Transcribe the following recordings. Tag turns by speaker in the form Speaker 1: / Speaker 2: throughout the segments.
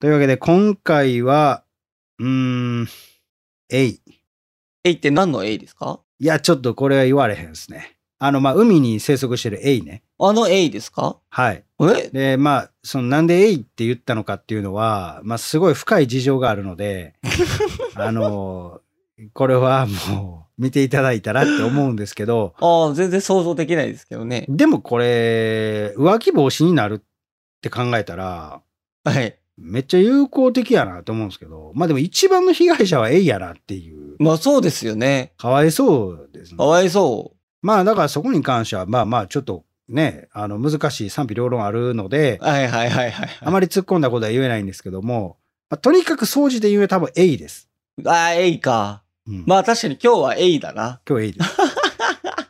Speaker 1: というわけで、今回は、うーん、エイ。
Speaker 2: エイって何のエイですか
Speaker 1: いや、ちょっとこれは言われへんですね。あの、まあ、海に生息してるエイね。
Speaker 2: あのエイですか
Speaker 1: はい。
Speaker 2: え
Speaker 1: で、まあ、その、なんでエイって言ったのかっていうのは、まあ、すごい深い事情があるので、あの、これはもう、見ていただいたらって思うんですけど、
Speaker 2: ああ、全然想像できないですけどね。
Speaker 1: でもこれ、浮気防止になるって考えたら、
Speaker 2: はい。
Speaker 1: めっちゃ有効的やなと思うんですけど、まあでも一番の被害者はエイやなっていう、
Speaker 2: まあそうですよね。
Speaker 1: かわいそうですね
Speaker 2: か。わいそ
Speaker 1: まあだからそこに関しては、まあまあちょっとね、あの難しい賛否両論あるので
Speaker 2: う。、はいはいはいはい。
Speaker 1: あまり突っ込んだことは言えないんですけども、まあ、とにかく掃除で言え多分エイです。
Speaker 2: ああ、エイか。
Speaker 1: うん、
Speaker 2: まあ確かに今日はエイだな。
Speaker 1: 今日エイ です。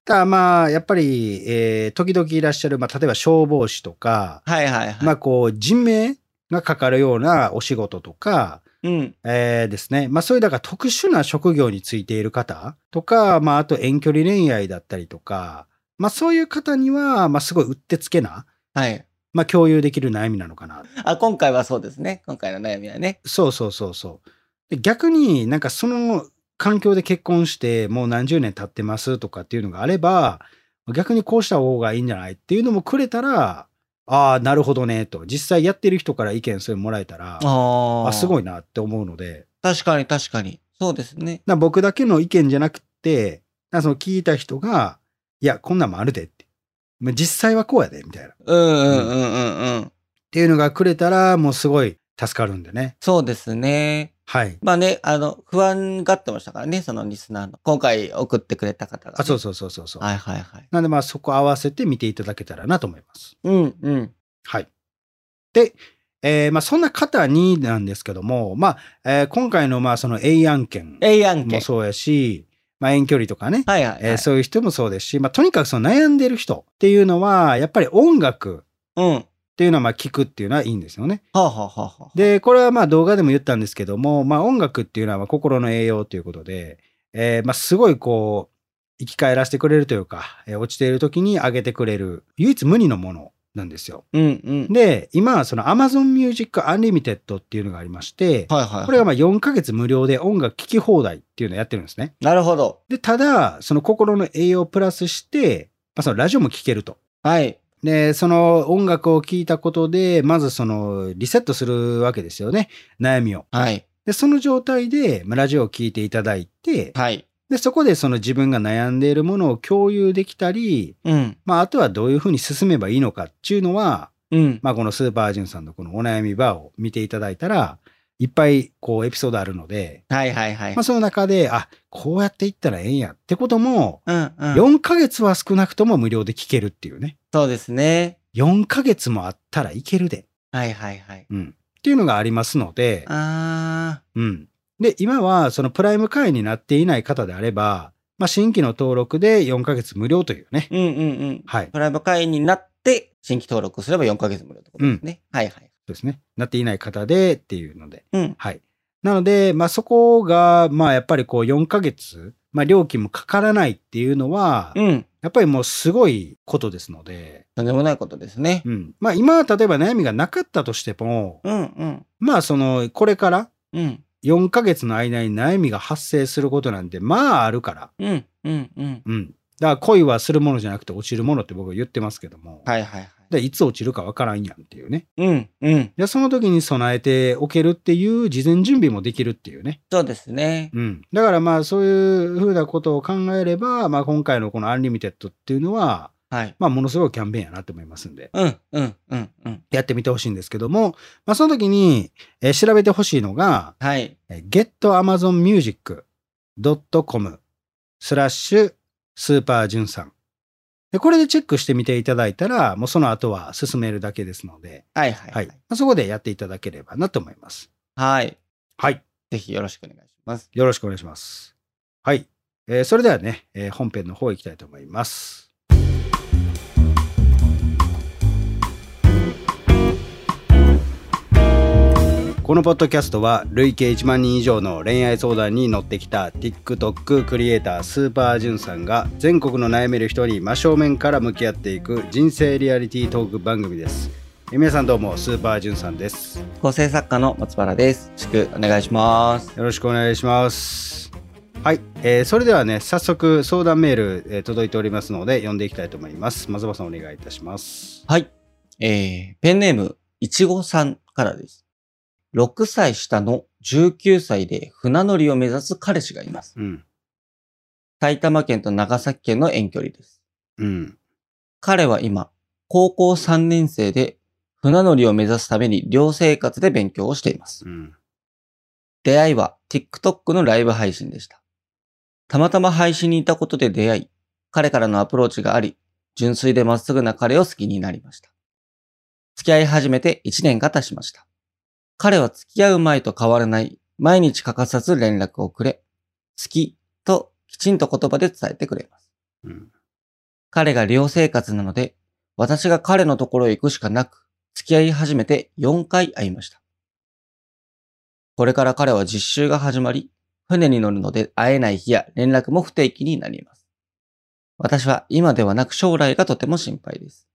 Speaker 1: ただまあやっぱり、えー時々いらっしゃる、まあ例えば消防士とか、
Speaker 2: はいはいはい。
Speaker 1: まあこう人命がかかるようなお仕事とか、
Speaker 2: うん。
Speaker 1: えーですね。まあそういうだから特殊な職業についている方とか、まああと遠距離恋愛だったりとか、まあそういう方には、まあすごいうってつけな、
Speaker 2: はい。
Speaker 1: まあ共有できる悩みなのかな。
Speaker 2: あ、今回はそうですね。今回の悩みはね。
Speaker 1: そうそうそうそう。で逆になんかその環境で結婚してもう何十年経ってますとかっていうのがあれば、逆にこうした方がいいんじゃないっていうのもくれたら、ああ、なるほどね、と。実際やってる人から意見それもらえたら、
Speaker 2: あ
Speaker 1: あ、すご
Speaker 2: い。
Speaker 1: いなって思うので。
Speaker 2: 確かに確かに。そうですね。
Speaker 1: な僕だけの意見じゃなくて、なその聞いた人が、いや、こんなんもあるでって。まあ実際はこうやで、みたいな。っ
Speaker 2: うんうんうんうんうん。
Speaker 1: ていうのがくれたら、もうすごい助かるんでね。
Speaker 2: そうですね。
Speaker 1: はい。
Speaker 2: まあね、あの、不安がってましたからね、そのリスナーの。今回送ってくれた方がね、
Speaker 1: あ、そうそうそうそうそう。
Speaker 2: はいはいはい。
Speaker 1: なんでまあそこ合わせて見ていただけたらなと思います。
Speaker 2: うんうん。
Speaker 1: はい。で、えーまあそんな方になんですけども、まあ、えー今回のまあその A 案件
Speaker 2: ええやんけ。
Speaker 1: もそうやし、まあ遠距離とかね、
Speaker 2: はいはい、はい
Speaker 1: えーそういう人もそうですし、まあとにかくその悩んでる人っていうのは、やっぱり音楽、
Speaker 2: うん。は
Speaker 1: っていうのはまあ聞くっていうのはいいんですよね。
Speaker 2: あ、はあはあはあ、
Speaker 1: で、これはまあ動画でも言ったんですけども、まあ音楽っていうのはまあ心の栄養ということで、えーまあすごいこう、生き返らせてくれるというか、えー落ちている時に上げてくれる唯一無二のものなんですよ。
Speaker 2: うんうん。
Speaker 1: で、今その Amazon Music Unlimited っていうのがありまして、
Speaker 2: はいはいはい。
Speaker 1: これがまあ4ヶ月無料で音楽聴き放題っていうのをやってるんですね。
Speaker 2: なるほど。
Speaker 1: で、ただ、その心の栄養をプラスして、まあそのラジオも聴けると。
Speaker 2: はい。
Speaker 1: で、その音楽を聴いたことで、まずそのリセットするわけですよね。悩みを。
Speaker 2: はい。
Speaker 1: で、その状態で、まあラジオを聴いていただいて、
Speaker 2: はい。
Speaker 1: で、そこでその自分が悩んでいるものを共有できたり、
Speaker 2: うん。
Speaker 1: まあ、あとはどういうふうに進めばいいのかっていうのは、
Speaker 2: うん。
Speaker 1: まあ、このスーパージュンさんのこのお悩みバーを見ていただいたら、いっぱいこうエピソードあるので、
Speaker 2: はいはいはい
Speaker 1: まあ、。その中で、あ、こうやっていったらええんやってことも、
Speaker 2: うんうん。
Speaker 1: 4ヶ月は少なくとも無料で聴けるっていうね。
Speaker 2: そうですね。
Speaker 1: 4ヶ月もあったらいけるで。
Speaker 2: はいはいはい。
Speaker 1: うん、っていうのがありますので、
Speaker 2: あ
Speaker 1: うん、で今はそのプライム会員になっていない方であれば、まあ、新規の登録で4ヶ月無料というね、
Speaker 2: ー。うんうんうん。
Speaker 1: はい、そ
Speaker 2: プライム会員になって、新規登録すれば4ヶ月無料ってことですね。はいはいう
Speaker 1: ですね、なっていない方でっていうので、
Speaker 2: うん。
Speaker 1: はい、なので、まあ、そこが、まあ、やっぱりこう4ヶ月、まあ、料金もかからないっていうのは、
Speaker 2: うん。
Speaker 1: やっぱりもうすごいことですので、
Speaker 2: とんでもないことですね。
Speaker 1: うんまあ、今例えば悩みがなかったとしても、
Speaker 2: うんうん。
Speaker 1: まあ、そのこれから
Speaker 2: うん。
Speaker 1: 4ヶ月の間に悩みが発生することなんてまああるから。
Speaker 2: うんうんうん。
Speaker 1: うん。だから恋はするものじゃなくて落ちるものって僕は言ってますけども。
Speaker 2: はいはいはい。
Speaker 1: でいつ落ちるかわからんやんっていうね。
Speaker 2: うんうん。
Speaker 1: で、その時に備えておけるっていう事前準備もできるっていうね。
Speaker 2: そうですね。
Speaker 1: うん。だからまあそういうふうなことを考えれば、まあ今回のこのアンリミテッドっていうのは、
Speaker 2: はい。
Speaker 1: まあものすごいキャンペーンやなと思いますんで、
Speaker 2: うんうんうんうん。
Speaker 1: やってみてほしいんですけども、まあその時に、えー調べてほしいのが、
Speaker 2: はい。
Speaker 1: getamazonmusic.com スラッシュスーパージュンさん。でこれでチェックしてみていただいたら、もうその後は進めるだけですので、
Speaker 2: はいはいは
Speaker 1: はいい。。まあそこでやっていただければなと思います。
Speaker 2: はい。
Speaker 1: はい。
Speaker 2: ぜひよろしくお願いします。
Speaker 1: よろしくお願いします。はい。えーそれではね、えー本編の方行きたいと思います。このポッドキャストは累計1万人以上の恋愛相談に乗ってきた TikTok クリエイタースーパージュンさんが全国の悩める人に真正面から向き合っていく人生リアリティートーク番組ですえ皆さんどうも、スーパージュンさんです。
Speaker 2: 構成作家の松原です。よろしくお願いします。
Speaker 1: よろしくお願いします。はい、えーそれではね、早速相談メール、えー届いておりますので、読んでいきたいと思います。松葉さんお願いいたします。
Speaker 2: はい。えー、ペンネーム、いちごさんからです。6歳下の19歳で船乗りを目指す彼氏がいます。
Speaker 1: うん、
Speaker 2: 埼玉県と長崎県の遠距離です。
Speaker 1: うん、
Speaker 2: 彼は今、高校3年生で船乗りを目指すために寮生活で勉強をしています。
Speaker 1: うん、
Speaker 2: 出会いは TikTok のライブ配信でした。たまたま配信にいたことで出会い、彼からのアプローチがあり、純粋でまっすぐな彼を好きになりました。付き合い始めて1年が経ちました。彼は付き合う前と変わらない、毎日欠かさず連絡をくれ、好きときちんと言葉で伝えてくれます。
Speaker 1: うん、
Speaker 2: 彼が寮生活なので、私が彼のところへ行くしかなく、付き合い始めて4回会いました。これから彼は実習が始まり、船に乗るので会えない日や連絡も不定期になります。私は今ではなく将来がとても心配です。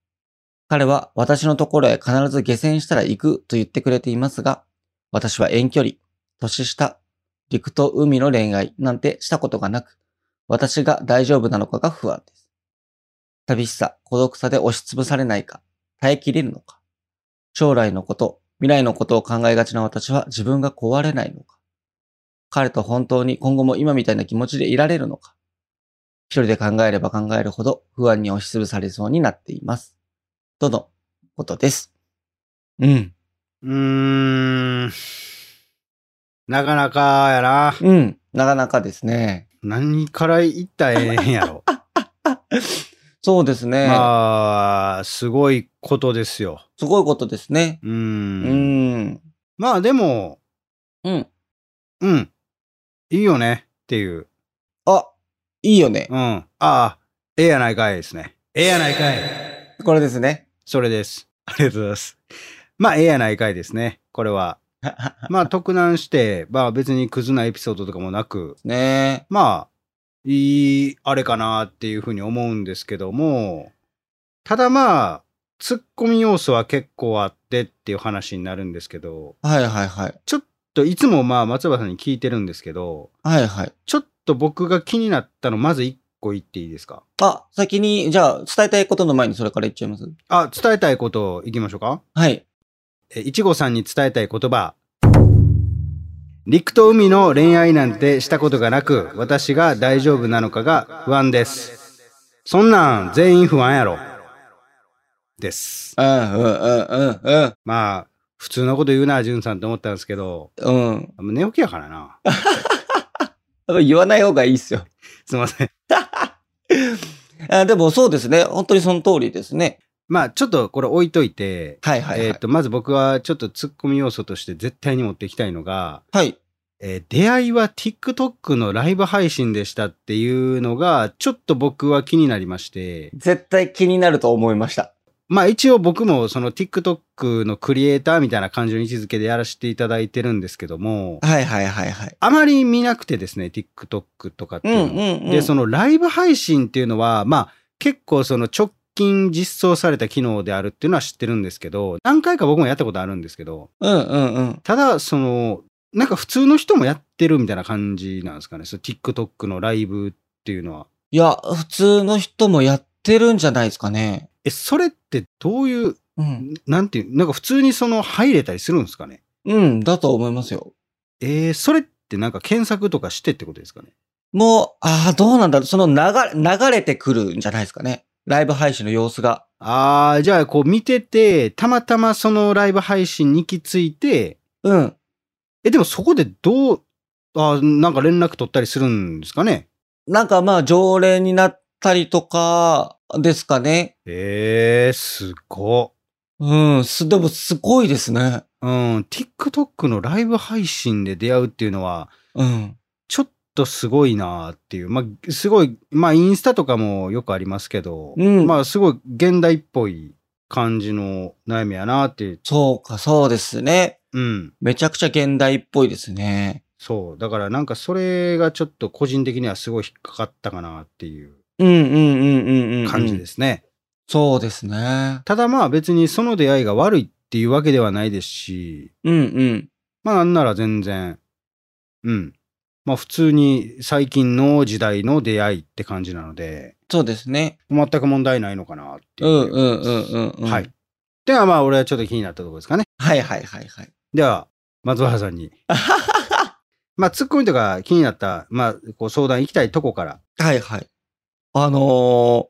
Speaker 2: 彼は私のところへ必ず下船したら行くと言ってくれていますが、私は遠距離、年下、陸と海の恋愛なんてしたことがなく、私が大丈夫なのかが不安です。寂しさ、孤独さで押しつぶされないか、耐えきれるのか。将来のこと、未来のことを考えがちな私は自分が壊れないのか。彼と本当に今後も今みたいな気持ちでいられるのか。一人で考えれば考えるほど不安に押しつぶされそうになっています。とのことです。うん。
Speaker 1: うーん。なかなかやな。
Speaker 2: うん。なかなかですね。
Speaker 1: 何から言ったらええんや ろ。
Speaker 2: そうですね。
Speaker 1: まあ、すごいことですよ。
Speaker 2: すごいことですね。
Speaker 1: う。
Speaker 2: うんん。
Speaker 1: まあでも、
Speaker 2: うん。
Speaker 1: うん。いいよねっていう。
Speaker 2: あ、いいよね。
Speaker 1: うん。ああ、ええやないかいですね。ええやないかい。
Speaker 2: これです ね。
Speaker 1: それです。ありがとうございます。まあ、ええやないかいですね。これは。まあ、特難して、まあ別にクズなエピソードとかもなく、
Speaker 2: ね
Speaker 1: まあ、いい、あれかなっていうふうに思うんですけども、ただまあ、ツッコミ要素は結構あってっていう話になるんですけど、
Speaker 2: はいはいはい。
Speaker 1: ちょっといつもまあ松葉さんに聞いてるんですけど、
Speaker 2: はいはい。
Speaker 1: ちょっと僕が気になったのまず一個言っていいですか
Speaker 2: あ、先に、じゃあ、伝えたいことの前にそれから言っちゃいます
Speaker 1: あ、伝えたいことをいきましょうか
Speaker 2: はい。
Speaker 1: え、いちごさんに伝えたい言葉。陸と海の恋愛なんてしたことがなく、私が大丈夫なのかが不安です。そんなん全員不安やろ。です。
Speaker 2: うん、うん、うん、
Speaker 1: まあ、普通のこと言うな、じゅんさんと思ったんですけど、
Speaker 2: うん、うん。
Speaker 1: 寝起きやからな。
Speaker 2: やっぱ言わない方がいいっすよ。
Speaker 1: すいません。
Speaker 2: あでも、そうですね。本当にその通りですね。
Speaker 1: まあ、ちょっとこれ置いといて、
Speaker 2: はい、はい、はい。
Speaker 1: えっと、まず僕はちょっとツッコミ要素として絶対に持っていきたいのが、
Speaker 2: はい。
Speaker 1: えー出会いは TikTok のライブ配信でしたっていうのが、ちょっと僕は気になりまして、
Speaker 2: 絶対気になると思いました。
Speaker 1: まあ一応僕もその TikTok のクリエイターみたいな感じの位置づけでやらせていただいてるんですけども、
Speaker 2: はい、はい、はい、はい。
Speaker 1: あまり見なくてですね、TikTok とかって
Speaker 2: う
Speaker 1: い
Speaker 2: ん、
Speaker 1: う
Speaker 2: う
Speaker 1: の。
Speaker 2: ん、うん。
Speaker 1: で、そのライブ配信っていうのは、まあ結構その直近実装された機能であるっていうのは知ってるんですけど、何回か僕もやったことあるんですけど、
Speaker 2: うん、うん、うん。
Speaker 1: ただ、その、なんか普通の人もやってるみたいな感じなんですかね。その TikTok のライブっていうのは。
Speaker 2: いや、普通の人もやってるんじゃないですかね。
Speaker 1: え、それってどういう、
Speaker 2: うん。
Speaker 1: なんていう、なんか普通にその入れたりするんですかね。
Speaker 2: うん、だと思いますよ。
Speaker 1: えー、それってなんか検索とかしてってことですかね。
Speaker 2: もう、ああ、どうなんだろう。その流れ、流れてくるんじゃないですかね。ライブ配信の様子が。
Speaker 1: あー、じゃあこう見てて、たまたまそのライブ配信に行き着いて、
Speaker 2: うん。
Speaker 1: え、でもそこでどう、あーなんか連絡取ったりするんですかね。
Speaker 2: なんかまあ常連になったりとかですかね。
Speaker 1: えー、すごっ。
Speaker 2: うん、す、でもすごいですね。
Speaker 1: うん、TikTok のライブ配信で出会うっていうのは、
Speaker 2: うん。
Speaker 1: ちょっとすごいなっていう。まあ、すごい、まあ、インスタとかもよくありますけど、
Speaker 2: うん
Speaker 1: まあ、すごい現代っぽい感じの悩みやなっていう。
Speaker 2: そうか、そうですね。
Speaker 1: うん。
Speaker 2: めちゃくちゃ現代っぽいですね。
Speaker 1: そう。だから、なんかそれがちょっと個人的にはすごい引っかかったかなっていう
Speaker 2: うんうんうんうんうん、うん。
Speaker 1: 感じですね。
Speaker 2: そうですね。
Speaker 1: ただまあ別にその出会いが悪いっていうわけではないですし、
Speaker 2: うんうん。
Speaker 1: まあなんなら全然、うん。まあ普通に最近の時代の出会いって感じなので、
Speaker 2: そうですね。
Speaker 1: 全く問題ないのかなっていうう。
Speaker 2: んうんうんうんうん。
Speaker 1: はい。。ではまあ俺はちょっと気になったところですかね。
Speaker 2: はいはいはいはい。
Speaker 1: では、松原さんに。まあツッコミとか気になった、まあこう相談行きたいとこから。
Speaker 2: はいはい。あのー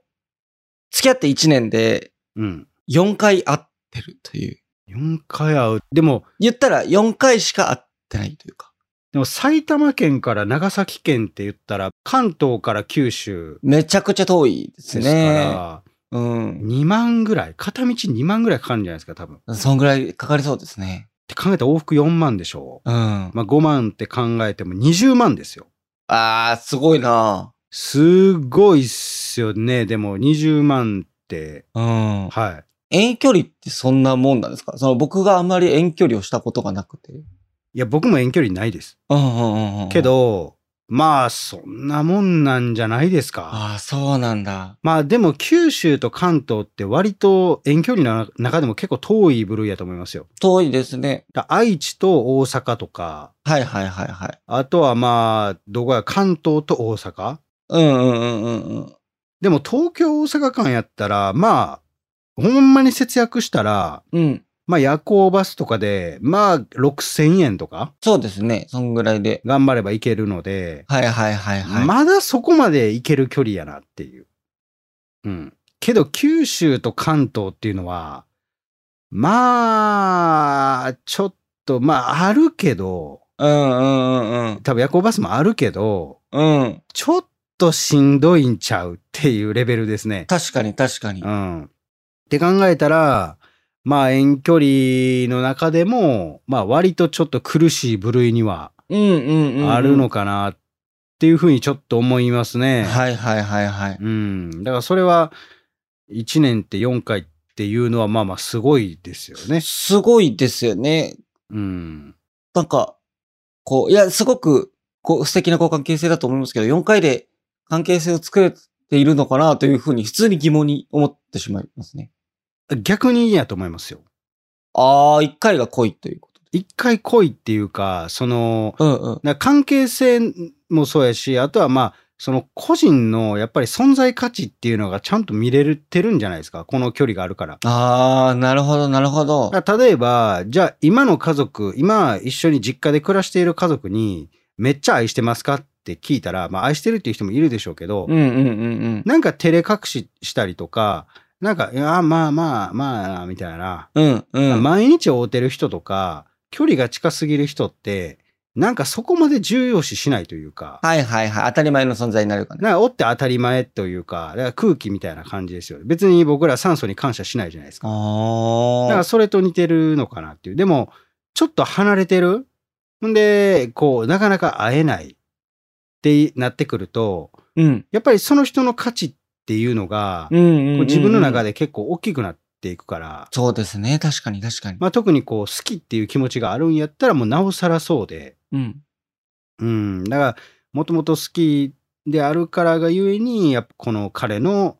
Speaker 2: 付き合って1年で
Speaker 1: うん。
Speaker 2: 4回会ってるという。
Speaker 1: 4回会う。でも、
Speaker 2: 言ったら4回しか会ってないというか。
Speaker 1: でも埼玉県から長崎県って言ったら、関東から九州
Speaker 2: めちゃくちゃ遠いです
Speaker 1: です
Speaker 2: ね。
Speaker 1: から、
Speaker 2: うん。
Speaker 1: 2万ぐらい、片道2万ぐらいかかるんじゃないですか、多分。っ
Speaker 2: そんぐらいかかりそうですね。
Speaker 1: て考えたら往復4万でしょ
Speaker 2: うん。あ
Speaker 1: まあ5万って考えても20万ですよ。
Speaker 2: あー、すごいな
Speaker 1: すごいっすよね。でも20万って、
Speaker 2: うん。
Speaker 1: はい。
Speaker 2: 遠距離ってそんなもんなんですかその僕があまり遠距離をしたことがなくて。
Speaker 1: いや、僕も遠距離ないです。
Speaker 2: うんうんうんうん。
Speaker 1: け。ど、まあ、そんなもんなんじゃないですか。
Speaker 2: ああ、そうなんだ。
Speaker 1: まあ、でも九州と関東って割と遠距離の中でも結構遠い部類やと思いますよ。
Speaker 2: 遠いですね。
Speaker 1: だ愛知と大阪とか、
Speaker 2: はいはいはいはい。
Speaker 1: あとはまあ、どこや、関東と大阪。
Speaker 2: うんうんうんうんうん。
Speaker 1: でも東京大阪間やったら、まあ、ほんまに節約したら、
Speaker 2: うん。
Speaker 1: まあ夜行バスとかで、まあ6000円とか
Speaker 2: そうですね。そんぐらいで。
Speaker 1: 頑張れば行けるので、
Speaker 2: はいはいはいはい。
Speaker 1: まだそこまで行ける距離やなっていう。うん。けど九州と関東っていうのは、まあ、ちょっと、まああるけど、
Speaker 2: うんうんうん
Speaker 1: 多分夜行バスもあるけど、
Speaker 2: うん。うん。
Speaker 1: ちょっとしんどいんちゃうっていうレベルですね。
Speaker 2: 確かに確かに
Speaker 1: う。ん。って考えたら、まあ遠距離の中でも、まあ割とちょっと苦しい部類には
Speaker 2: うんうんうんうん。
Speaker 1: あるのかなっていうふうにちょっと思いますね。
Speaker 2: はいはいはいはい。
Speaker 1: うん。だからそれは1年って4回っていうのはまあまあすごいですよね。
Speaker 2: すごいですよね。
Speaker 1: うん。
Speaker 2: なんか、こう、いや、すごく、こう、素敵なこう関係性だと思いますけど、4回で関係性を作れているのかなというふうに、普通に疑問に思ってしまいますね。
Speaker 1: 逆にいいやと思いますよ。
Speaker 2: あー、1回が濃いということで。
Speaker 1: 一回来いっていうか、その、
Speaker 2: うんうん。
Speaker 1: だから関係性もそうやし、あとはまあ、その個人のやっぱり存在価値っていうのがちゃんと見れてるんじゃないですか。この距離があるから。
Speaker 2: あー、なるほど、なるほど。
Speaker 1: だから例えば、じゃあ今の家族、今一緒に実家で暮らしている家族に、めっちゃ愛してますかって聞いたら、まあ愛してるっていう人もいるでしょうけど、
Speaker 2: うんうんうん
Speaker 1: なんか照れ隠ししたりとか、なんか、いや、まあまあまあ、みたいな。
Speaker 2: うん。うんうん。
Speaker 1: 毎日会うてる人とか、距離が近すぎる人って、なんかそこまで重要視しないというか、
Speaker 2: はいはいはい。当たり前の存在になるからね。
Speaker 1: なんか、おって当たり前というか、だから空気みたいな感じですよ。別に僕ら酸素に感謝しないじゃないですか。だから
Speaker 2: あー。
Speaker 1: それと似てるのかなっていう。でも、ちょっと離れてるんで、こう、なかなか会えないってなってくると、
Speaker 2: うん。
Speaker 1: やっぱりその人の価値っていうのが、
Speaker 2: うんうんうんうん。
Speaker 1: こう自分の中
Speaker 2: で。
Speaker 1: で結構大きくなっていくから、
Speaker 2: そうですね。確かに確かに。
Speaker 1: まあ特にこう、好きっていう気持ちがあるんやったら、もうなおさらそうで、
Speaker 2: うん。
Speaker 1: うん、だからもともと好きであるからがゆえにやっぱこの彼の、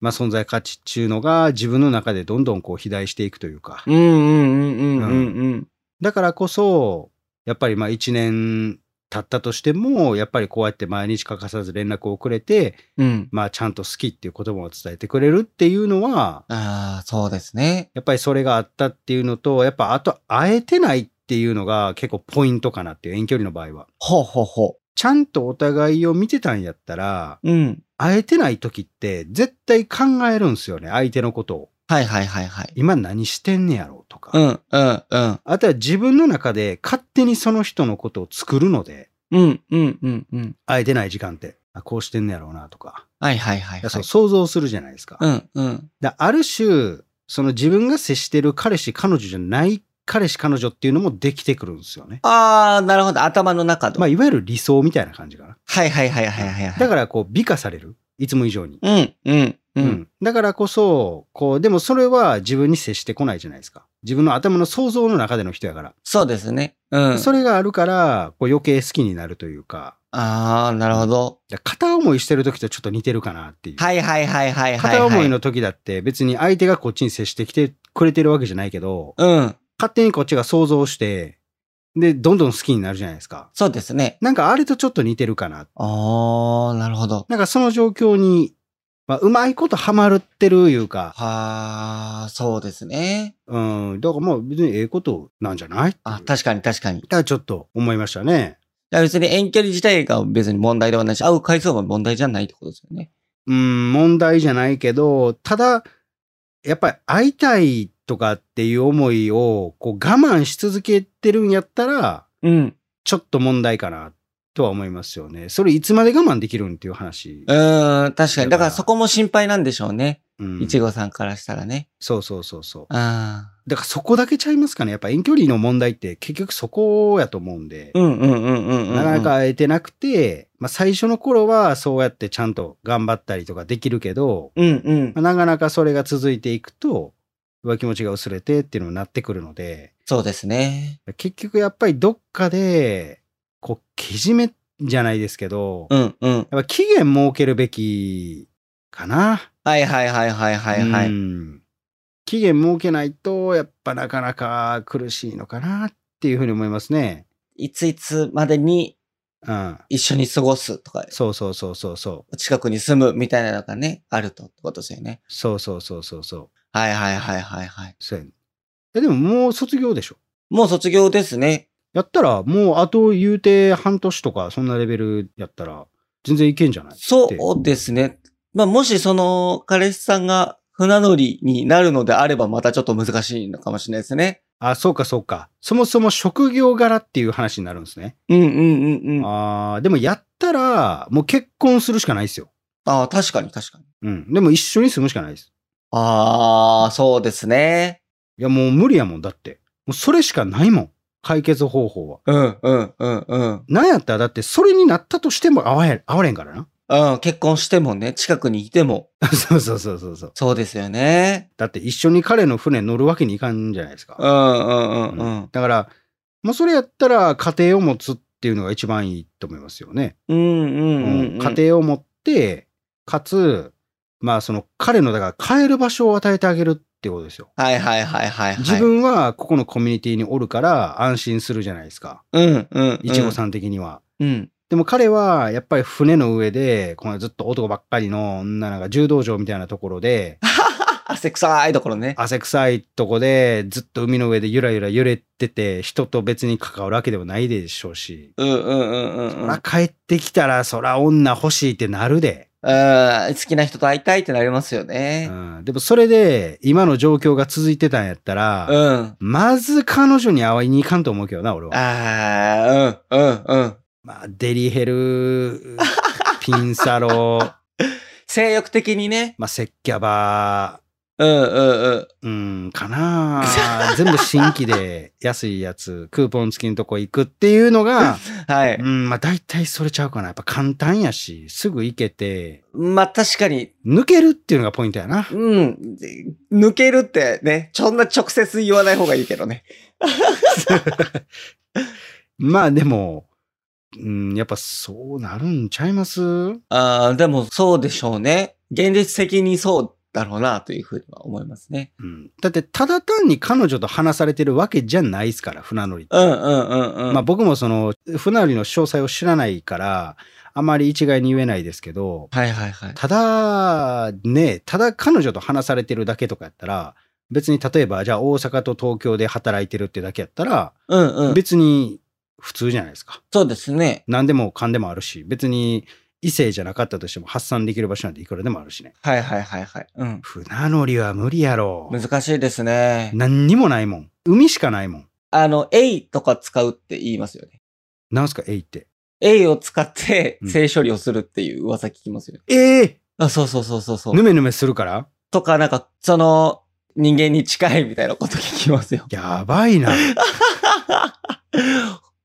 Speaker 1: まあ、存在価値っていうのが自分の中でどんどんこう肥大していくというか、
Speaker 2: うんうんうんうんうんうん。
Speaker 1: だからこそやっぱりまあ1年経ったとしてもやっぱりこうやって毎日欠かさず連絡をくれて、
Speaker 2: うん。
Speaker 1: まあ、ちゃんと好きっていう言葉を伝えてくれるっていうのは
Speaker 2: あー、そうですね。
Speaker 1: やっぱりそれがあったっていうのとやっぱあと会えてないっていうのが結構ポイントかなっていう遠距離の場合は。
Speaker 2: ほうほうほ
Speaker 1: ちゃんとお互いを見てたんやったら
Speaker 2: う。うん。
Speaker 1: 会えてない時って絶対考えるんすよね相手のことを
Speaker 2: はいはいはいはい。
Speaker 1: 今何してんねやろうとか、
Speaker 2: うんうんうん。
Speaker 1: あとは自分の中で勝手にその人のことを作るので
Speaker 2: うんうんうんうん。
Speaker 1: 会えてない時間ってあこうしてんねやろうなとか
Speaker 2: はいはいはい、
Speaker 1: いや
Speaker 2: は
Speaker 1: そ。
Speaker 2: いう
Speaker 1: 想像するじゃないですか,、
Speaker 2: うんうん。
Speaker 1: だある種その自分が接してる彼氏彼女じゃない彼氏彼女っていうのもできてくるんですよね
Speaker 2: あー、なるほど。頭の中の。
Speaker 1: まあいわゆる理想みたいな感じかな、
Speaker 2: はいはいはいはいはいはい。
Speaker 1: だからこう美化されるいつも以上に、
Speaker 2: ら、うんうんう。
Speaker 1: うんん、だからこそこうでもそれは自分に接してこないじゃないですか自分の頭の想像の中での人やから、
Speaker 2: そうですね。うん。
Speaker 1: それがあるからこう余計好きになるというか
Speaker 2: あー、なるほど。
Speaker 1: だから片思いしてる時とちょっと似てるかなっていう。
Speaker 2: はいはいはいはいはい、はい。
Speaker 1: 片思いの時だって別に相手がこっちに接してきてくれてるわけじゃないけど、
Speaker 2: うん。
Speaker 1: 勝手にこっちが想像して、で、どんどん好きになるじゃないですか。
Speaker 2: そうですね。
Speaker 1: なんかあれとちょっと似てるかな。
Speaker 2: あー、なるほど。
Speaker 1: なんかその状況に、まあ、うまいことハマるってるいうか、
Speaker 2: はー、そうですね。
Speaker 1: うん、だからまあ別にええことなんじゃないっていう
Speaker 2: あ、確かに確かに。い
Speaker 1: だからちょっと思いましたね。
Speaker 2: や別に遠距離自体が別に問題ではないし、会う回数も問題じゃないってことですよね。
Speaker 1: うん、問題じゃないけど、ただ、やっぱり会いたいとかっていう思いをこう我慢し続けてるんやったら、
Speaker 2: うん。
Speaker 1: ちょっと問題かなとは思いますよね。それいつまで我慢できるんっていう話
Speaker 2: う。ーん、確かに。だからそこも心配なんでしょうね。
Speaker 1: うん
Speaker 2: いちごさんからしたらね。
Speaker 1: そうそうそうそう。
Speaker 2: あ
Speaker 1: だからそこだけちゃいますかね。やっぱ遠距離の問題って結局そこやと思うんで
Speaker 2: ー。。うんうんうんうん、うん。
Speaker 1: なかなか会えてなくて、まあ最初の頃はそうやってちゃんと頑張ったりとかできるけど、
Speaker 2: うんうん
Speaker 1: ま。あなかなかそれが続いていくと、浮気持ちが薄れてっていうのになってくるので、
Speaker 2: そうですね。
Speaker 1: 結局やっぱりどっかで、こう、けじめじゃないですけど、
Speaker 2: うんうん。
Speaker 1: やっぱ期限設けるべきかな。
Speaker 2: はいはいはいはいはいはい。
Speaker 1: うん期限設けないと、やっぱなかなか苦しいのかなっていうふうに思いますね。
Speaker 2: いついつまでに
Speaker 1: うん。
Speaker 2: 一緒に過ごすとか、
Speaker 1: そうそうそうそうそう。
Speaker 2: 近くに住むみたいなのがね、あるとってことですよね。
Speaker 1: そうそうそうそうそう。
Speaker 2: はいはいはいはいはい。
Speaker 1: そうやねえ、でももう卒業でしょ。
Speaker 2: もう卒業ですね。
Speaker 1: やったら、もうあと言うて半年とか、そんなレベルやったら、全然いけんじゃない
Speaker 2: そうですね。まあもしその彼氏さんが船乗りになるのであればまたちょっと難しいのかもしれないですね。
Speaker 1: あ、そうかそうか。そもそも職業柄っていう話になるんですね。
Speaker 2: うんうんうんうん。あ
Speaker 1: あーでもやったら、もう結婚するしかないですよ。
Speaker 2: あー、確かに確かに。
Speaker 1: うん。でも一緒に住むしかないです。
Speaker 2: ああ、そうですね。
Speaker 1: いや、もう無理やもん。だって。もうそれしかないもん。解決方法は。
Speaker 2: うんうんうんうん。
Speaker 1: なんやったら、だってそれになったとしても合わへん、合われんからな。
Speaker 2: うん、結婚してもね、近くにいても。
Speaker 1: そうそうそうそうそう。
Speaker 2: そうですよね。
Speaker 1: だって一緒に彼の船乗るわけにいかんじゃないですか。
Speaker 2: うんうんうんうん。
Speaker 1: だから、もうそれやったら家庭を持つっていうのが一番いいと思いますよね。
Speaker 2: うんうんうん、うん。
Speaker 1: 家庭を持って、かつ、まあその彼のだから帰る場所を与えてあげるってことですよ。
Speaker 2: はいはいはいはいはい。
Speaker 1: 自分はここのコミュニティにおるから安心するじゃないですか。
Speaker 2: うんうん。
Speaker 1: いちごさん的には。
Speaker 2: ん。うん。
Speaker 1: でも彼はやっぱり船の上で、このずっと男ばっかりの女なんか柔道場みたいなところで、
Speaker 2: 汗臭いところね。
Speaker 1: 汗臭いとこでずっと海の上でゆらゆら揺れてて、人と別に関わるわけでもないでしょうし。
Speaker 2: うんうんうんうんうん。
Speaker 1: そら帰ってきたらそら女欲しいってなるで、
Speaker 2: うん。好きな人と会いたいってなりますよ
Speaker 1: う
Speaker 2: ね。
Speaker 1: ん、でもそれで今の状況が続いてたんやったら、
Speaker 2: うん。
Speaker 1: まず彼女に会いに行かんと思うけどな俺
Speaker 2: あ
Speaker 1: は
Speaker 2: あ、うんうんうん。
Speaker 1: まあ、デリヘルピンサ ロ、
Speaker 2: 性欲的にね。
Speaker 1: まあ、セッキャバ
Speaker 2: うんうんうん。
Speaker 1: うんかな あ全部新規で安いやつクーポン付きのとこ行くっていうの が、
Speaker 2: はい。
Speaker 1: うんまあ、大体それちゃうかなやっぱ簡単やしすぐ行けて
Speaker 2: まあ確かに、
Speaker 1: 抜けるっていうのがポイントやな
Speaker 2: うん。抜けるってね、そんな直接言わない方がいいけどね。
Speaker 1: まあでも、うん、やっぱそうなるんちゃいます
Speaker 2: ああ、でもそうでしょうね。現実的にそうだろうなというふうには思いますね。
Speaker 1: うん、だってただ単に彼女と話されてるわけじゃないですから、船乗り。
Speaker 2: うんうんうんうん。
Speaker 1: まあ僕もその、船乗りの詳細を知らないから、あまり一概に言えないですけど、
Speaker 2: はいはいはい。
Speaker 1: ただ、ね、ただ彼女と話されてるだけとかやったら、別に例えば、じゃあ大阪と東京で働いてるってだけやったら、
Speaker 2: うんうん。
Speaker 1: 別に普通じゃないですか。
Speaker 2: そうですね。
Speaker 1: 何でもかんでもあるし、別に異性じゃなかったとしても発散できる場所なんていくらでもあるしね。
Speaker 2: はいはいはいはい。うん。
Speaker 1: 船乗りは無理やろ。
Speaker 2: 難しいですね。
Speaker 1: 何にもないもん。海しかないもん。
Speaker 2: あの、エイとか使うって言いますよね。
Speaker 1: なんすか、えいって。
Speaker 2: エイを使って
Speaker 1: うん
Speaker 2: 性処理をするっていう噂聞きますよね。
Speaker 1: ええ
Speaker 2: あ、そうそうそうそうそう。
Speaker 1: ぬめぬめするから。
Speaker 2: とか、なんか、その、人間に近いみたいなこと聞きますよ
Speaker 1: やばいな。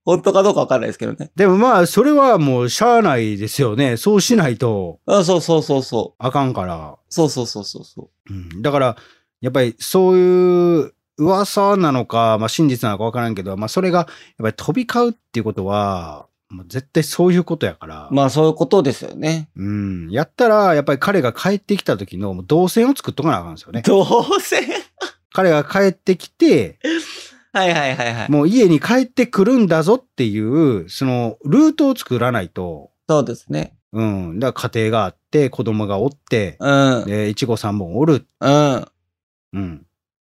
Speaker 2: 本当かどうかわかんないですけどね。
Speaker 1: でもまあ、それはもうしゃあないですよね。そうしないと
Speaker 2: あ、そうそうそうそ
Speaker 1: あかんから。
Speaker 2: う。そうそうそうそうそ
Speaker 1: う
Speaker 2: う。
Speaker 1: ん、だから、やっぱりそういう噂なのか、まあ真実なのかわからんけど、まあそれがやっぱり飛び交うっていうことは、もう絶対そういうことやから。
Speaker 2: まあそういうことですよね。
Speaker 1: うん。やったら、やっぱり彼が帰ってきた時のもう動線を作っとかなあかんですよね。
Speaker 2: どうせ
Speaker 1: 彼が帰ってきて、
Speaker 2: はいはいはいは い。
Speaker 1: もう家に帰ってくるんだぞっていう、そのルートを作らないと、
Speaker 2: そうですね。
Speaker 1: うん。だから家庭があって、子供がおって、
Speaker 2: うん。うん。
Speaker 1: で、いちご3本おる。
Speaker 2: は
Speaker 1: うん。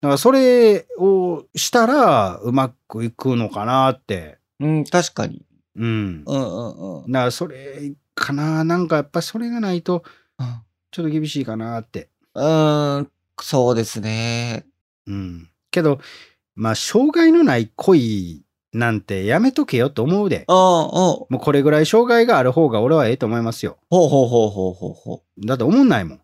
Speaker 1: だからそれをしたら、うまくいくのかなって。
Speaker 2: うん、確かに。
Speaker 1: うん。だ
Speaker 2: うんうんうん。
Speaker 1: からそれかな。なんかやっぱそれがないと、
Speaker 2: うん
Speaker 1: ちょっと厳しいかなって。
Speaker 2: うーん、そうですね。
Speaker 1: うん。けど、まあ、障害のない恋なんてやめとけよと思うで。
Speaker 2: ああ、ほう
Speaker 1: もうこれぐらい障害がある方が俺はええと思いますよ。
Speaker 2: ほうほうほうほうほう。
Speaker 1: だって思んないもん。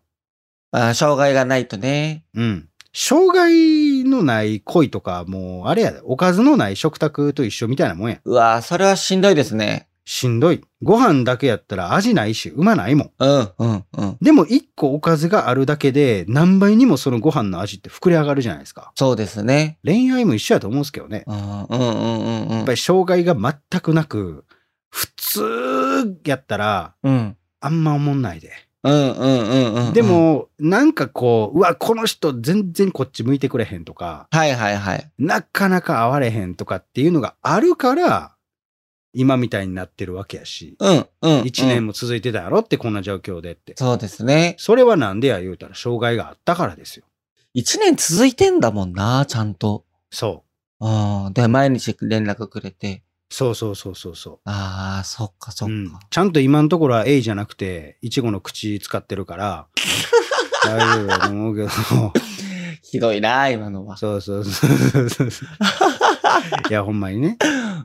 Speaker 2: あー障害がないとね。
Speaker 1: うん。障害のない恋とか、もうあれやで、おかずのない食卓と一緒みたいなもんや。
Speaker 2: うわーそれはしんどいですね。
Speaker 1: しんどい。ご飯だけやったら味ないし、うまないもん。
Speaker 2: うん、うん、うん。
Speaker 1: でも一個おかずがあるだけで、何倍にもそのご飯の味って膨れ上がるじゃないですか。
Speaker 2: そうですね。
Speaker 1: 恋愛も一緒やと思うんですけどね。
Speaker 2: うん、うん、うん、うんう
Speaker 1: やっ
Speaker 2: ん
Speaker 1: ぱ。り障害が全くなく、普通やったら、
Speaker 2: うん、
Speaker 1: あんま思んないで。
Speaker 2: うん、うん、うんうん。
Speaker 1: で、も、なんかこう、うわ、この人全然こっち向いてくれへんとか、
Speaker 2: はいはいはい。
Speaker 1: なかなか会われへんとかっていうのがあるから、今みたいになってるわけやし、
Speaker 2: うん、うん。
Speaker 1: 1年
Speaker 2: も。
Speaker 1: も続いてたやろって、こんな状況でって。
Speaker 2: そうですね。
Speaker 1: それはなんでや言うたら、障害があったからですよ。
Speaker 2: 1年続いてんだもんな、ちゃんと。
Speaker 1: そ
Speaker 2: うん。で、毎日連絡くれて。
Speaker 1: う。そうそうそうそうそう。
Speaker 2: ああ、そっかそっか。
Speaker 1: うんちゃんと今のところは A じゃなくて、いちごの口使ってる から、大丈夫だと思うけど、
Speaker 2: ひどいな、今のは。
Speaker 1: そうそうそうそうそう。いや、ほんまにね。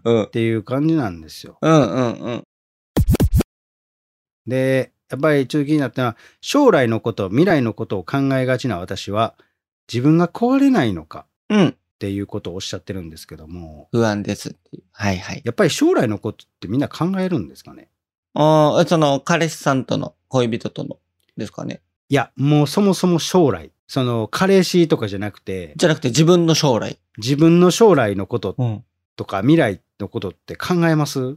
Speaker 2: うん
Speaker 1: っ。ていう感じなんですよ。
Speaker 2: うんうんうん。
Speaker 1: で、やっぱりちょっと気になったのは、将来のこと、未来のことを考えがちな私は、自分が壊れないのか
Speaker 2: うん。
Speaker 1: っていうことをおっしゃってるんですけども、
Speaker 2: 不安ですっていう。はいはい。
Speaker 1: やっぱり将来のことってみんな考えるんですかね
Speaker 2: ああ、その、彼氏さんとの、恋人との、ですかね。
Speaker 1: いや、もうそもそも将来、その、彼氏とかじゃなくて、
Speaker 2: じゃなくて自分の将来。
Speaker 1: 自分の将来のこと
Speaker 2: うん。
Speaker 1: とか未来のことって考えます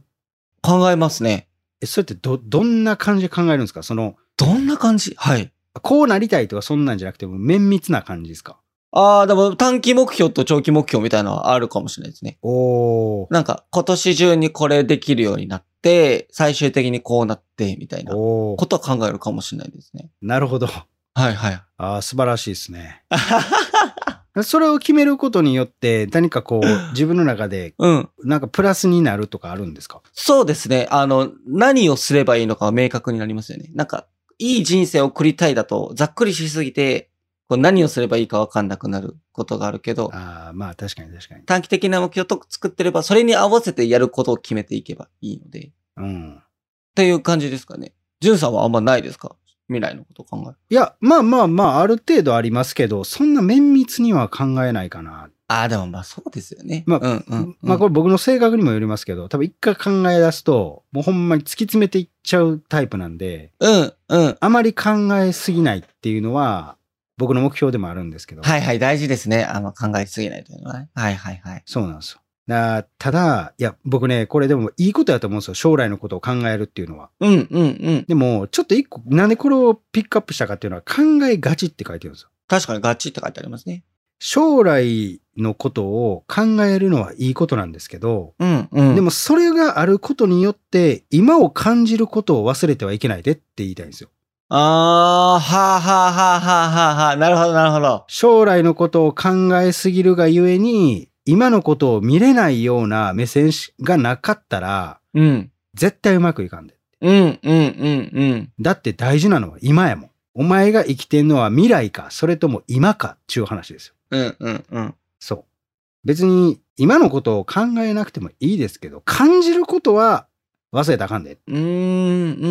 Speaker 2: 考えますね。
Speaker 1: え、それってど、どんな感じで考えるんですかその、
Speaker 2: どんな感じはい。
Speaker 1: こうなりたいとかそんなんじゃなくて、もう綿密な感じですか
Speaker 2: ああ、でも短期目標と長期目標みたいなのはあるかもしれないですね。
Speaker 1: おー。
Speaker 2: なんか、今年中にこれできるようになって、最終的にこうなって、みたいな
Speaker 1: お
Speaker 2: こ
Speaker 1: ー。
Speaker 2: とは考えるかもしれないですね。
Speaker 1: なるほど。
Speaker 2: はいはい。
Speaker 1: ああ、素晴らしいです ね。それを決めることによって、何かこう、自分の中で、
Speaker 2: うん。
Speaker 1: なんかプラスになるとかあるんですか
Speaker 2: そうですね。あの、何をすればいいのかは明確になりますよね。なんか、いい人生を送りたいだと、ざっくりしすぎて、こう何をすればいいかわかんなくなることがあるけど、
Speaker 1: ああ、まあ確かに確かに。
Speaker 2: 短期的な目標と作ってれば、それに合わせてやることを決めていけばいいので、っ
Speaker 1: うん。
Speaker 2: ていう感じですかね。ジュンさんはあんまないですか未来のことを考える。
Speaker 1: いや、まあまあまあ、ある程度ありますけど、そんな綿密には考えないかな。
Speaker 2: ああ、でもまあそうですよね。
Speaker 1: まあ
Speaker 2: うんうんうん。
Speaker 1: まあこれ僕の性格にもよりますけど、多分一回考え出すと、もうほんまに突き詰めていっちゃうタイプなんで、
Speaker 2: うんうん。
Speaker 1: あまり考えすぎないっていうのは、僕の目標でもあるんですけど、
Speaker 2: はいはい、大事ですね。あんま考えすぎないというのはね。はいはいはい。
Speaker 1: そうなんですよ。なただ、いや、僕ね、これでもいいことだと思うんですよ。将来のことを考えるっていうのは。
Speaker 2: うんうんうん。
Speaker 1: でも、ちょっと一個、なんでこれをピックアップしたかっていうのは、考えがちって書いてるんですよ。
Speaker 2: 確かにガチって書いてありますね。
Speaker 1: 将来のことを考えるのはいいことなんですけど、
Speaker 2: うんうん。
Speaker 1: でもそれがあることによって、今を感じることを忘れてはいけないでって言いたいんですよ。
Speaker 2: ああ、はあはあはあはあはあはあ。なるほど、なるほど。
Speaker 1: 将来のことを考えすぎるがゆえに、今のことを見れないような目線しがなかったら、
Speaker 2: うん。
Speaker 1: 絶対うまくいかんで。
Speaker 2: うん、うん、うん、うん。
Speaker 1: だって大事なのは今やもん。お前が生きてんのは未来か、それとも今かっていう話ですよ。
Speaker 2: うん、うん、うん。
Speaker 1: そう。別に今のことを考えなくてもいいですけど、感じることは忘れたらあかんで。
Speaker 2: うーん、うん、う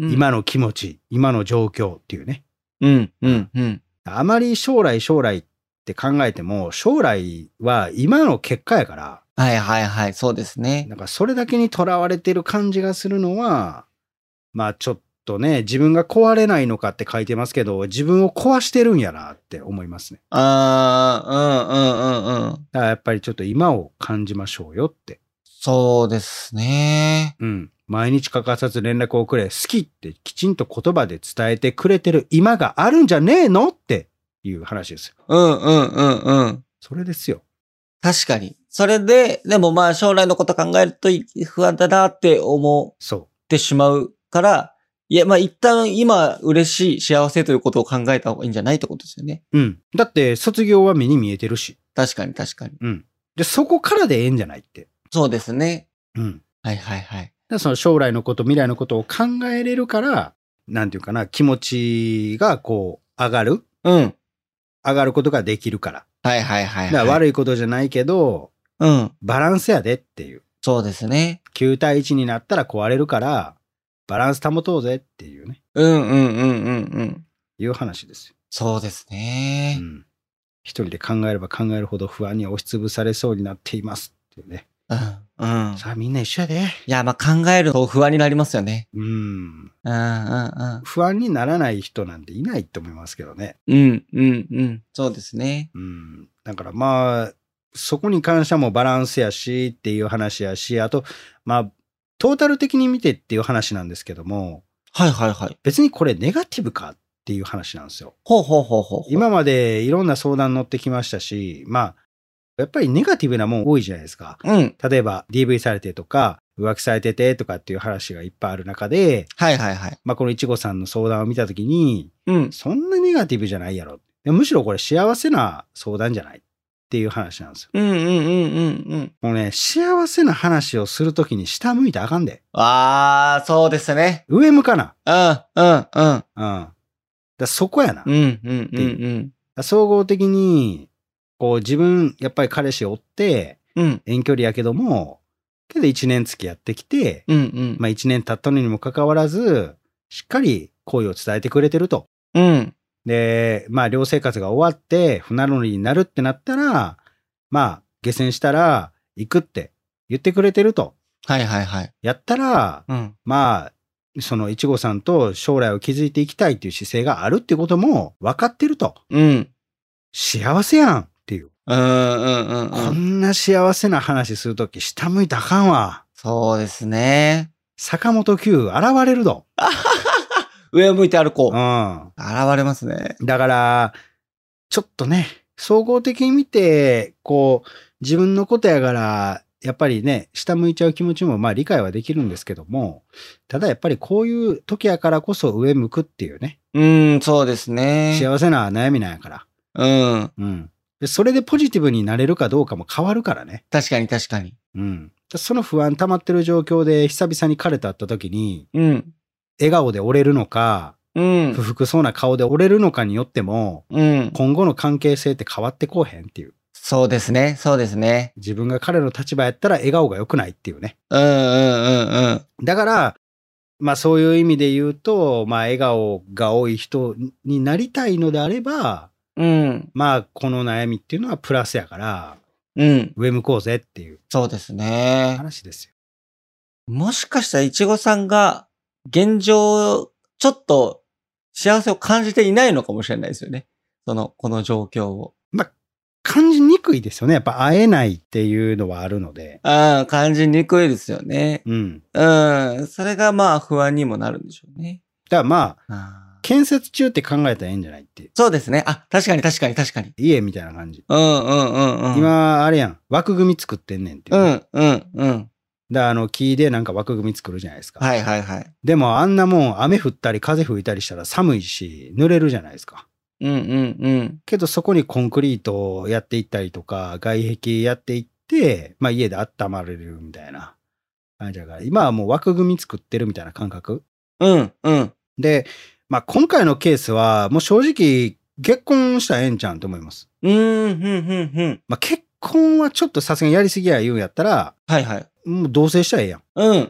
Speaker 2: ん、うん。
Speaker 1: 今の気持ち、今の状況っていうね。
Speaker 2: うん、うん、うん。
Speaker 1: あまり将来将来って考えても、将来は今の結果やから、
Speaker 2: はい、はい、はい。そうですね。
Speaker 1: なんかそれだけにとらわれてる感じがするのは、まあちょっとね、自分が壊れないのかって書いてますけど、自分を壊してるんやなって思いますね。
Speaker 2: ああ、うん、うん、うん、うん。
Speaker 1: だからやっぱりちょっと今を感じましょうよって。
Speaker 2: そうですね。
Speaker 1: うん。毎日欠かさず連絡をくれ、好きってきちんと言葉で伝えてくれてる今があるんじゃねえのっていう話ですよ。
Speaker 2: うんうんうんうん。
Speaker 1: それですよ。
Speaker 2: 確かに。それで、でもまあ将来のこと考えるとい不安だなって思っ
Speaker 1: そ
Speaker 2: てしまうから、いやまあ一旦今嬉しい幸せということを考えた方がいいんじゃないってことですよね。
Speaker 1: う。うん。だって、卒業は目に見えてるし。
Speaker 2: 確かに確かに。
Speaker 1: うん。で、そこからでええんじゃないって。
Speaker 2: そうですね。
Speaker 1: うん。
Speaker 2: はいはいはい。
Speaker 1: だからその将来のこと、未来のことを考えれるから、なんていうかな、気持ちがこう、上がる
Speaker 2: うん。
Speaker 1: 上がることができるから。
Speaker 2: はいはいはい、は
Speaker 1: だか
Speaker 2: い。
Speaker 1: ら悪いことじゃないけど、
Speaker 2: うん。
Speaker 1: バランスやでっていう。
Speaker 2: そうですね。
Speaker 1: 9対1になったら壊れるから、バランス保とうぜっていうね、
Speaker 2: うんうんうんうんうん。
Speaker 1: いう話ですよ。
Speaker 2: そうです
Speaker 1: う
Speaker 2: ね。
Speaker 1: ん。一人で考えれば考えるほど不安に押しつぶされそうになっていますっていうね。
Speaker 2: うん。うん。い
Speaker 1: さあみんな一緒やで。
Speaker 2: や、まあ考えると不安になりますよね。
Speaker 1: うん。
Speaker 2: うんうん
Speaker 1: 不安にならない人なんていないと思いますけどね。
Speaker 2: うん。うんうんうん。そうですね。
Speaker 1: うん。だからまあ、そこに関してはもうバランスやしっていう話やし、あと、まあ、トータル的に見てっていう話なんですけども、
Speaker 2: はいはいはい。
Speaker 1: 別にこれネガティブかっていう話なんですよ。
Speaker 2: ほうほうほうほう。
Speaker 1: 今までいろんな相談乗ってきましたし、まあ、やっぱりネガティブなもん多いじゃないですか。
Speaker 2: うん。
Speaker 1: 例えば DV されてとか、浮気されててとかっていう話がいっぱいある中で、
Speaker 2: はいはいはい。
Speaker 1: まあこのいちごさんの相談を見たときに、
Speaker 2: うん。
Speaker 1: そんなネガティブじゃないやろ。でむしろこれ幸せな相談じゃないっていう話なんですよ。
Speaker 2: うんうんうんうんうん。
Speaker 1: もうね、幸せな話をするときに下向いてあかんで。
Speaker 2: あー、そうですね。
Speaker 1: 上向かな。
Speaker 2: うんうんう
Speaker 1: う
Speaker 2: ん。
Speaker 1: ん。だからそこやな。
Speaker 2: うんうんうん
Speaker 1: 総合的に、こう自分、やっぱり彼氏おって、
Speaker 2: うん。うん
Speaker 1: 遠距離やけども、けど1年付き合ってきて、
Speaker 2: うんうん。
Speaker 1: まあ1年経ったのにもかかわらず、しっかり恋を伝えてくれてると。
Speaker 2: うん。
Speaker 1: で、まあ寮生活が終わって、船乗りになるってなったら、まあ下船したら行くって言ってくれてると。
Speaker 2: はいはいはい。
Speaker 1: やったら、
Speaker 2: うん。
Speaker 1: まあ、そのいちごさんと将来を築いていきたいっていう姿勢があるってことも分かってると。
Speaker 2: うん。
Speaker 1: 幸せやんっていう。
Speaker 2: うんうんうん
Speaker 1: こ
Speaker 2: うん。
Speaker 1: んな幸せな話するとき下向いたらあかんわ。
Speaker 2: そうですね。
Speaker 1: 坂本九現れるぞ。
Speaker 2: 上を向いて歩こ
Speaker 1: う
Speaker 2: う。
Speaker 1: ん。
Speaker 2: 現れますね。
Speaker 1: だから、ちょっとね、総合的に見て、こう、自分のことやから、やっぱりね、下向いちゃう気持ちもまあ理解はできるんですけども、ただやっぱりこういう時やからこそ上向くっていうね、
Speaker 2: うん、そうですね。
Speaker 1: 幸せな悩みなんやから。
Speaker 2: うん。
Speaker 1: うん。でそれでポジティブになれるかどうかも変わるからね。
Speaker 2: 確かに確かに。
Speaker 1: うん。その不安溜まってる状況で久々に彼と会った時に、
Speaker 2: うん。
Speaker 1: 笑顔で折れるのか、
Speaker 2: うん
Speaker 1: 不。服そうな顔で折れるのかによっても、
Speaker 2: うん。
Speaker 1: 今後の関係性って変わってこうへんっていう。
Speaker 2: そうですね。そうですね。
Speaker 1: 自分が彼の立場やったら笑顔が良くないっていうね。
Speaker 2: うんうんうんうん。
Speaker 1: だから、まあそういう意味で言うと、まあ笑顔が多い人になりたいのであれば、
Speaker 2: うん。
Speaker 1: まあこの悩みっていうのはプラスやから、
Speaker 2: うん。
Speaker 1: 上向こうぜっていう
Speaker 2: そうですね。
Speaker 1: 話ですよ。
Speaker 2: もしかしたらいちごさんが現状、ちょっと幸せを感じていないのかもしれないですよね。その、この状況を。
Speaker 1: 感じにくいですよね。やっぱ会えないっていうのはあるので。
Speaker 2: うん、感じにくいですよね。
Speaker 1: うん。
Speaker 2: うん、それがまあ不安にもなるんでしょうね。
Speaker 1: だからまあ、
Speaker 2: あー
Speaker 1: 建設中って考えたらええんじゃないっていう。
Speaker 2: そうですね。あ、確かに確かに確かに。
Speaker 1: 家みたいな感じ。
Speaker 2: うんうんうんうん。、
Speaker 1: 今、あれやん。枠組み作ってんねんっていうう。
Speaker 2: んうんうん。
Speaker 1: だからあの、木でなんか枠組み作るじゃないですか。
Speaker 2: はいはいはい。
Speaker 1: でもあんなもん雨降ったり風吹いたりしたら寒いし濡れるじゃないですか。
Speaker 2: うんうんうん。
Speaker 1: けどそこにコンクリートをやっていったりとか外壁やっていって、まあ、家で温まれるみたいな感じだから今はもう枠組み作ってるみたいな感覚
Speaker 2: うんうん。
Speaker 1: で、まあ、今回のケースはもう正直結婚したらええんちゃうんと思います。
Speaker 2: うーん、ふんふんふん。
Speaker 1: まあ、結婚はちょっとさすがにやりすぎや言うんやったら
Speaker 2: はいはい。
Speaker 1: もう同棲したらええやん。
Speaker 2: うんうんう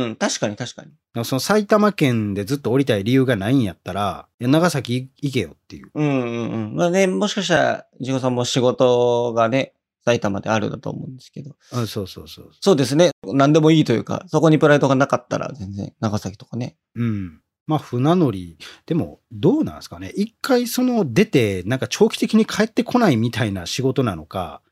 Speaker 2: んうん。確かに確かに。
Speaker 1: だからその埼玉県でずっと降りたい理由がないんやったらいや長崎行けよっていう。
Speaker 2: うんうんうん。まあね、もしかしたら、ジゴさんも仕事がね、埼玉であるだと思うんですけど。
Speaker 1: うん、そうそうそう。
Speaker 2: そうですね。何でもいいというか、そこにプライドがなかったら全然、長崎とかね。
Speaker 1: うん。まあ、船乗り、でも、どうなんですかね。一回、その、出て、なんか長期的に帰ってこないみたいな仕事なのか、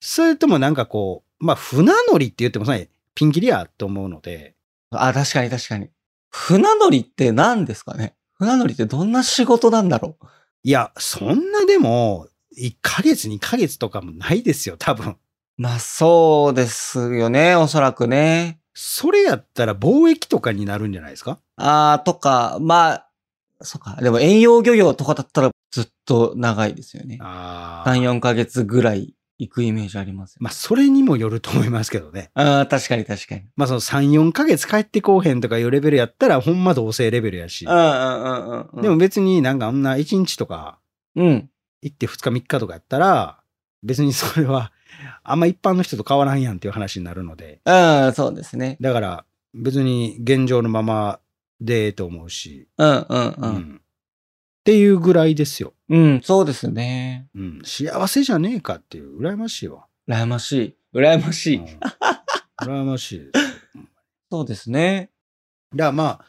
Speaker 1: それともなんかこう、まあ、船乗りって言ってもさ、ピンキリやと思うので、
Speaker 2: あ、確かに確かに。船乗りって何ですかね船乗りってどんな仕事なんだろう
Speaker 1: いや、そんなでも、1ヶ月、2ヶ月とかもないですよ、多分。
Speaker 2: まあそうですよね、おそらくね。
Speaker 1: それやったら貿易とかになるんじゃないですか
Speaker 2: あーとか、まあ、そっか。でも遠洋漁業とかだったらずっと長いですよね。
Speaker 1: ああ。
Speaker 2: 3、4ヶ月ぐらい行くイメージありますよ。
Speaker 1: まあ、それにもよると思いますけどね。
Speaker 2: あー確かに確かに。
Speaker 1: まあ、その3、4ヶ月帰ってこうへんとかいうレベルやったら、ほんま同棲レベルやし
Speaker 2: う。んうんうんうんうん。
Speaker 1: でも、別になんかあんな1日とか、
Speaker 2: うん。
Speaker 1: 行って2日3日とかやったら、別にそれは、あんま一般の人と変わらんやんっていう話になるので。
Speaker 2: うん、そうですね。
Speaker 1: だから、別に現状のままでええと思うし。
Speaker 2: うんうんう。
Speaker 1: うんんっていうぐらいですよ。
Speaker 2: うん、そうですね。
Speaker 1: うん。幸せじゃねえかっていう、羨ましいわ。
Speaker 2: 羨ましい。羨まし
Speaker 1: う
Speaker 2: い。
Speaker 1: ん羨ましいです。
Speaker 2: そうですね。
Speaker 1: だからまあ、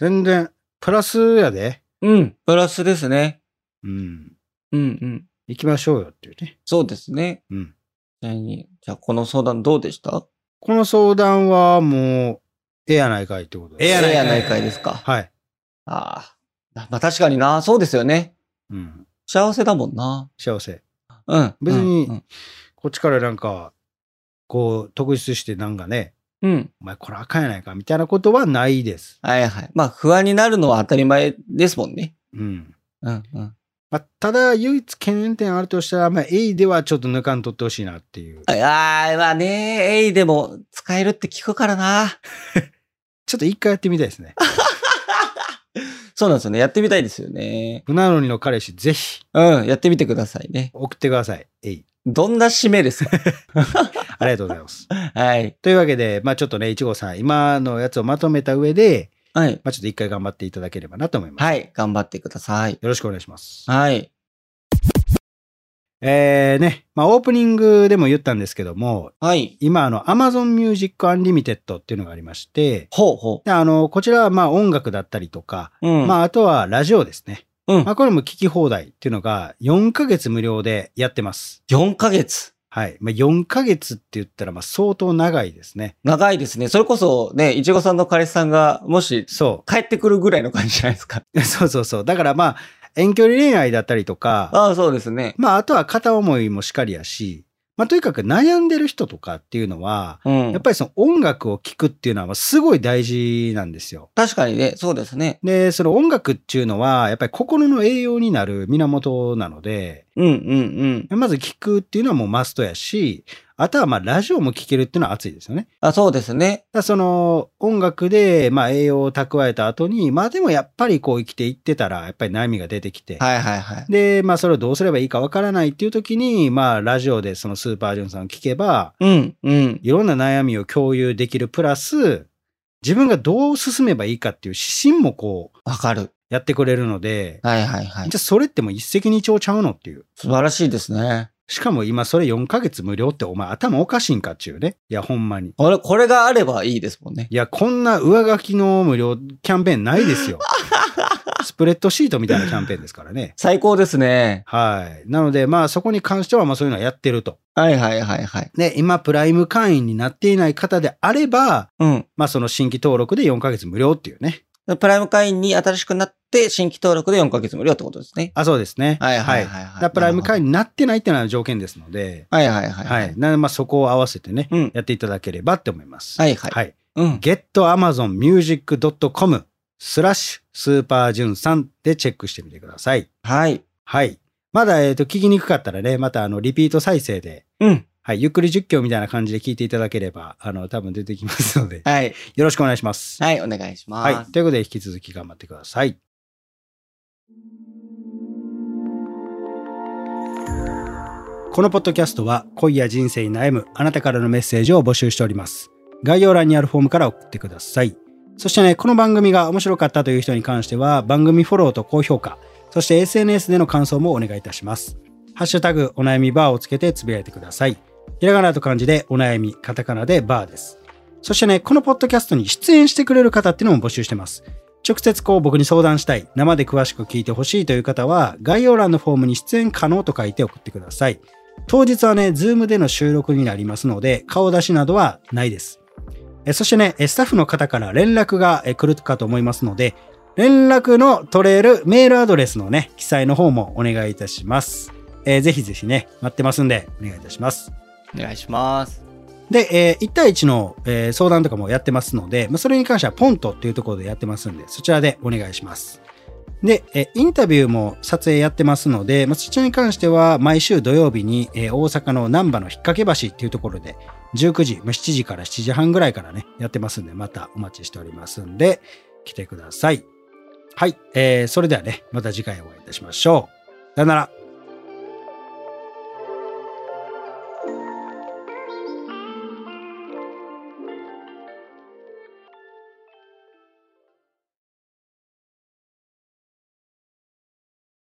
Speaker 1: 全然、プラスやで。
Speaker 2: うん、プラスですね。
Speaker 1: うん。
Speaker 2: うんうん。
Speaker 1: 行きましょうよっていうね。
Speaker 2: そうですね。
Speaker 1: うん。
Speaker 2: じゃあにじゃあこの相談どうでした
Speaker 1: この相談はもう、ええやないかいってことで
Speaker 2: え
Speaker 1: す。
Speaker 2: えやないかいですか。
Speaker 1: はい。
Speaker 2: ああ。まあ確かにな、そうですよね。
Speaker 1: うん。
Speaker 2: 幸せだもんな。
Speaker 1: 幸せ。
Speaker 2: うん。
Speaker 1: 別に
Speaker 2: うん。
Speaker 1: こっちからなんか、こう、特筆してなんかね、
Speaker 2: うんうん。
Speaker 1: お前これあかんやないかみたいなことはないです。
Speaker 2: はいはい。まあ不安になるのは当たり前ですもんね。
Speaker 1: うん。
Speaker 2: うんうん。
Speaker 1: まあ、ただ、唯一懸念点あるとしたら、まあ、A ではちょっと抜かんとってほしいなっていう。
Speaker 2: ああ、まあね、えいでも使えるって聞くからな。
Speaker 1: ちょっと一回やってみたいですね。
Speaker 2: そうなんですよね。やってみたいですよね。
Speaker 1: 船乗りの彼氏、ぜひ、
Speaker 2: うん。やってみてくださいね。
Speaker 1: 送ってください。えい。
Speaker 2: どんな締めです か
Speaker 1: ありがとうござい ます。
Speaker 2: はい。
Speaker 1: というわけで、まあ、ちょっとね、いちごさん、今のやつをまとめた上で、
Speaker 2: はい。
Speaker 1: まあ、ちょっと一回頑張っていただければなと思います。
Speaker 2: はい。頑張ってください。
Speaker 1: よろしくお願いします。
Speaker 2: はい。
Speaker 1: えーね、まあ、オープニングでも言ったんですけども、
Speaker 2: はい。
Speaker 1: 今、あの、Amazon Music Unlimited っていうのがありまして、
Speaker 2: ほうほ
Speaker 1: であの、こちらは、まあ、音楽だったりとか、
Speaker 2: う。うん。
Speaker 1: まあ、あとはラジオですね。
Speaker 2: うん
Speaker 1: まあ、これも聞き放題っていうのが、4ヶ月無料でやってます。
Speaker 2: 4ヶ月。
Speaker 1: はい。まあ、4ヶ月って言ったら、まあ、相当長いですね。
Speaker 2: 長いですね。それこそね、いちごさんの彼氏さんが、もし、
Speaker 1: そ
Speaker 2: 帰ってくるぐらいの感じじゃないですか。
Speaker 1: う。 そうそうそう。だから、まあ、遠距離恋愛だったりとか、
Speaker 2: ああ、そうですね。
Speaker 1: まあ、あとは片思いもしかりやし、まあ、とにかく悩んでる人とかっていうのは、
Speaker 2: うん。
Speaker 1: やっぱりその音楽を聴くっていうのはまあすごい大事なんですよ。
Speaker 2: 確かにね、そうですね。
Speaker 1: で、その音楽っていうのは、やっぱり心の栄養になる源なので、
Speaker 2: うんうんうん。
Speaker 1: まず聞くっていうのはもうマストやし、あとはまあラジオも聞けるっていうのは熱いですよね。だか
Speaker 2: あ、そうですね。
Speaker 1: らその音楽でまあ栄養を蓄えた後に、まあでもやっぱりこう生きていってたらやっぱり悩みが出てきて、
Speaker 2: はいはいはい。
Speaker 1: で、まあそれをどうすればいいかわからないっていう時に、まあラジオでそのスーパージョンさんを聞けば、
Speaker 2: うんうん。
Speaker 1: いろんな悩みを共有できるプラス、自分がどう進めばいいかっていう指針もこう
Speaker 2: わかる。
Speaker 1: やってくれるので、
Speaker 2: はいはいはい
Speaker 1: じゃ。あそれってもう一石二鳥ちゃうのっていう。
Speaker 2: 素晴らしいですね。
Speaker 1: しかも今それ4ヶ月無料ってお前頭おかしいんかっちゅうね。いやほんまに。
Speaker 2: これ、これがあればいいですもんね。
Speaker 1: いや、こんな上書きの無料キャンペーンない ですよ。スプレッドシートみたいなキャンペーンですからね。
Speaker 2: 最高ですね。
Speaker 1: はい。なので、まあそこに関しては、まあそういうのはやってると。
Speaker 2: はいはいはいはい。
Speaker 1: で、今、プライム会員になっていない方であれば、
Speaker 2: うん。
Speaker 1: まあその新規登録で4ヶ月無料っていうね。
Speaker 2: プライム会員に新しくなって、新規登録で4ヶ月無料ってことですね。
Speaker 1: あ、そうですね。
Speaker 2: はいはい
Speaker 1: だか
Speaker 2: はいはい。
Speaker 1: らプライム会員になってないっていうのは条件ですので、
Speaker 2: はいはいはい。
Speaker 1: はい。なので、まあそこを合わせてね、
Speaker 2: うん。
Speaker 1: やっていただければって思います。
Speaker 2: はいはい。
Speaker 1: はい。
Speaker 2: うん。
Speaker 1: getamazonmusic.com スラッシュスーパージュンさんでチェックしてみてください。
Speaker 2: はい。
Speaker 1: はい。まだ、えっ、と、聞きにくかったらね、また、あの、リピート再生で、
Speaker 2: うん。
Speaker 1: はい、ゆっくり実況みたいな感じで聞いていただければ、あの、多分出てきますので、
Speaker 2: はい。
Speaker 1: よろしくお願いします。
Speaker 2: はい、お願いしま
Speaker 1: はい。
Speaker 2: す。
Speaker 1: ということで、引き続き頑張ってください。このポッドキャストは、恋や人生に悩むあなたからのメッセージを募集しております。概要欄にあるフォームから送ってください。そしてね、この番組が面白かったという人に関しては、番組フォローと高評価、そして SNS での感想もお願いいたします。ハッシュタグ、お悩みバーをつけてつぶやいてください。ひらがなと漢字で、お悩み、カタカナでバーです。そしてね、このポッドキャストに出演してくれる方っていうのも募集してます。直接こう僕に相談したい、生で詳しく聞いてほしいという方は、概要欄のフォームに出演可能と書いて送ってください。当日はね、ズームでの収録になりますので、顔出しなどはないです。えそしてね、えスタッフの方から連絡がえ来るかと思いますので、連絡の取れるメールアドレスのね、記載の方もお願いいたします。えーぜひぜひね、待ってますんで、お願いいたします。
Speaker 2: お願いします。
Speaker 1: で、え1対1の、えー相談とかもやってますので、まあ、それに関してはポントっていうところでやってますんで、そちらでお願いします。で、えーインタビューも撮影やってますので、まあ、そちらに関しては毎週土曜日に、えー大阪の難波の引っ掛け橋っていうところで、19時、まあ、7時から7時半ぐらいからね、やってますんで、またお待ちしておりますんで、来てください。はい、えーそれではね、また次回お会いいたしましょう。さよなら。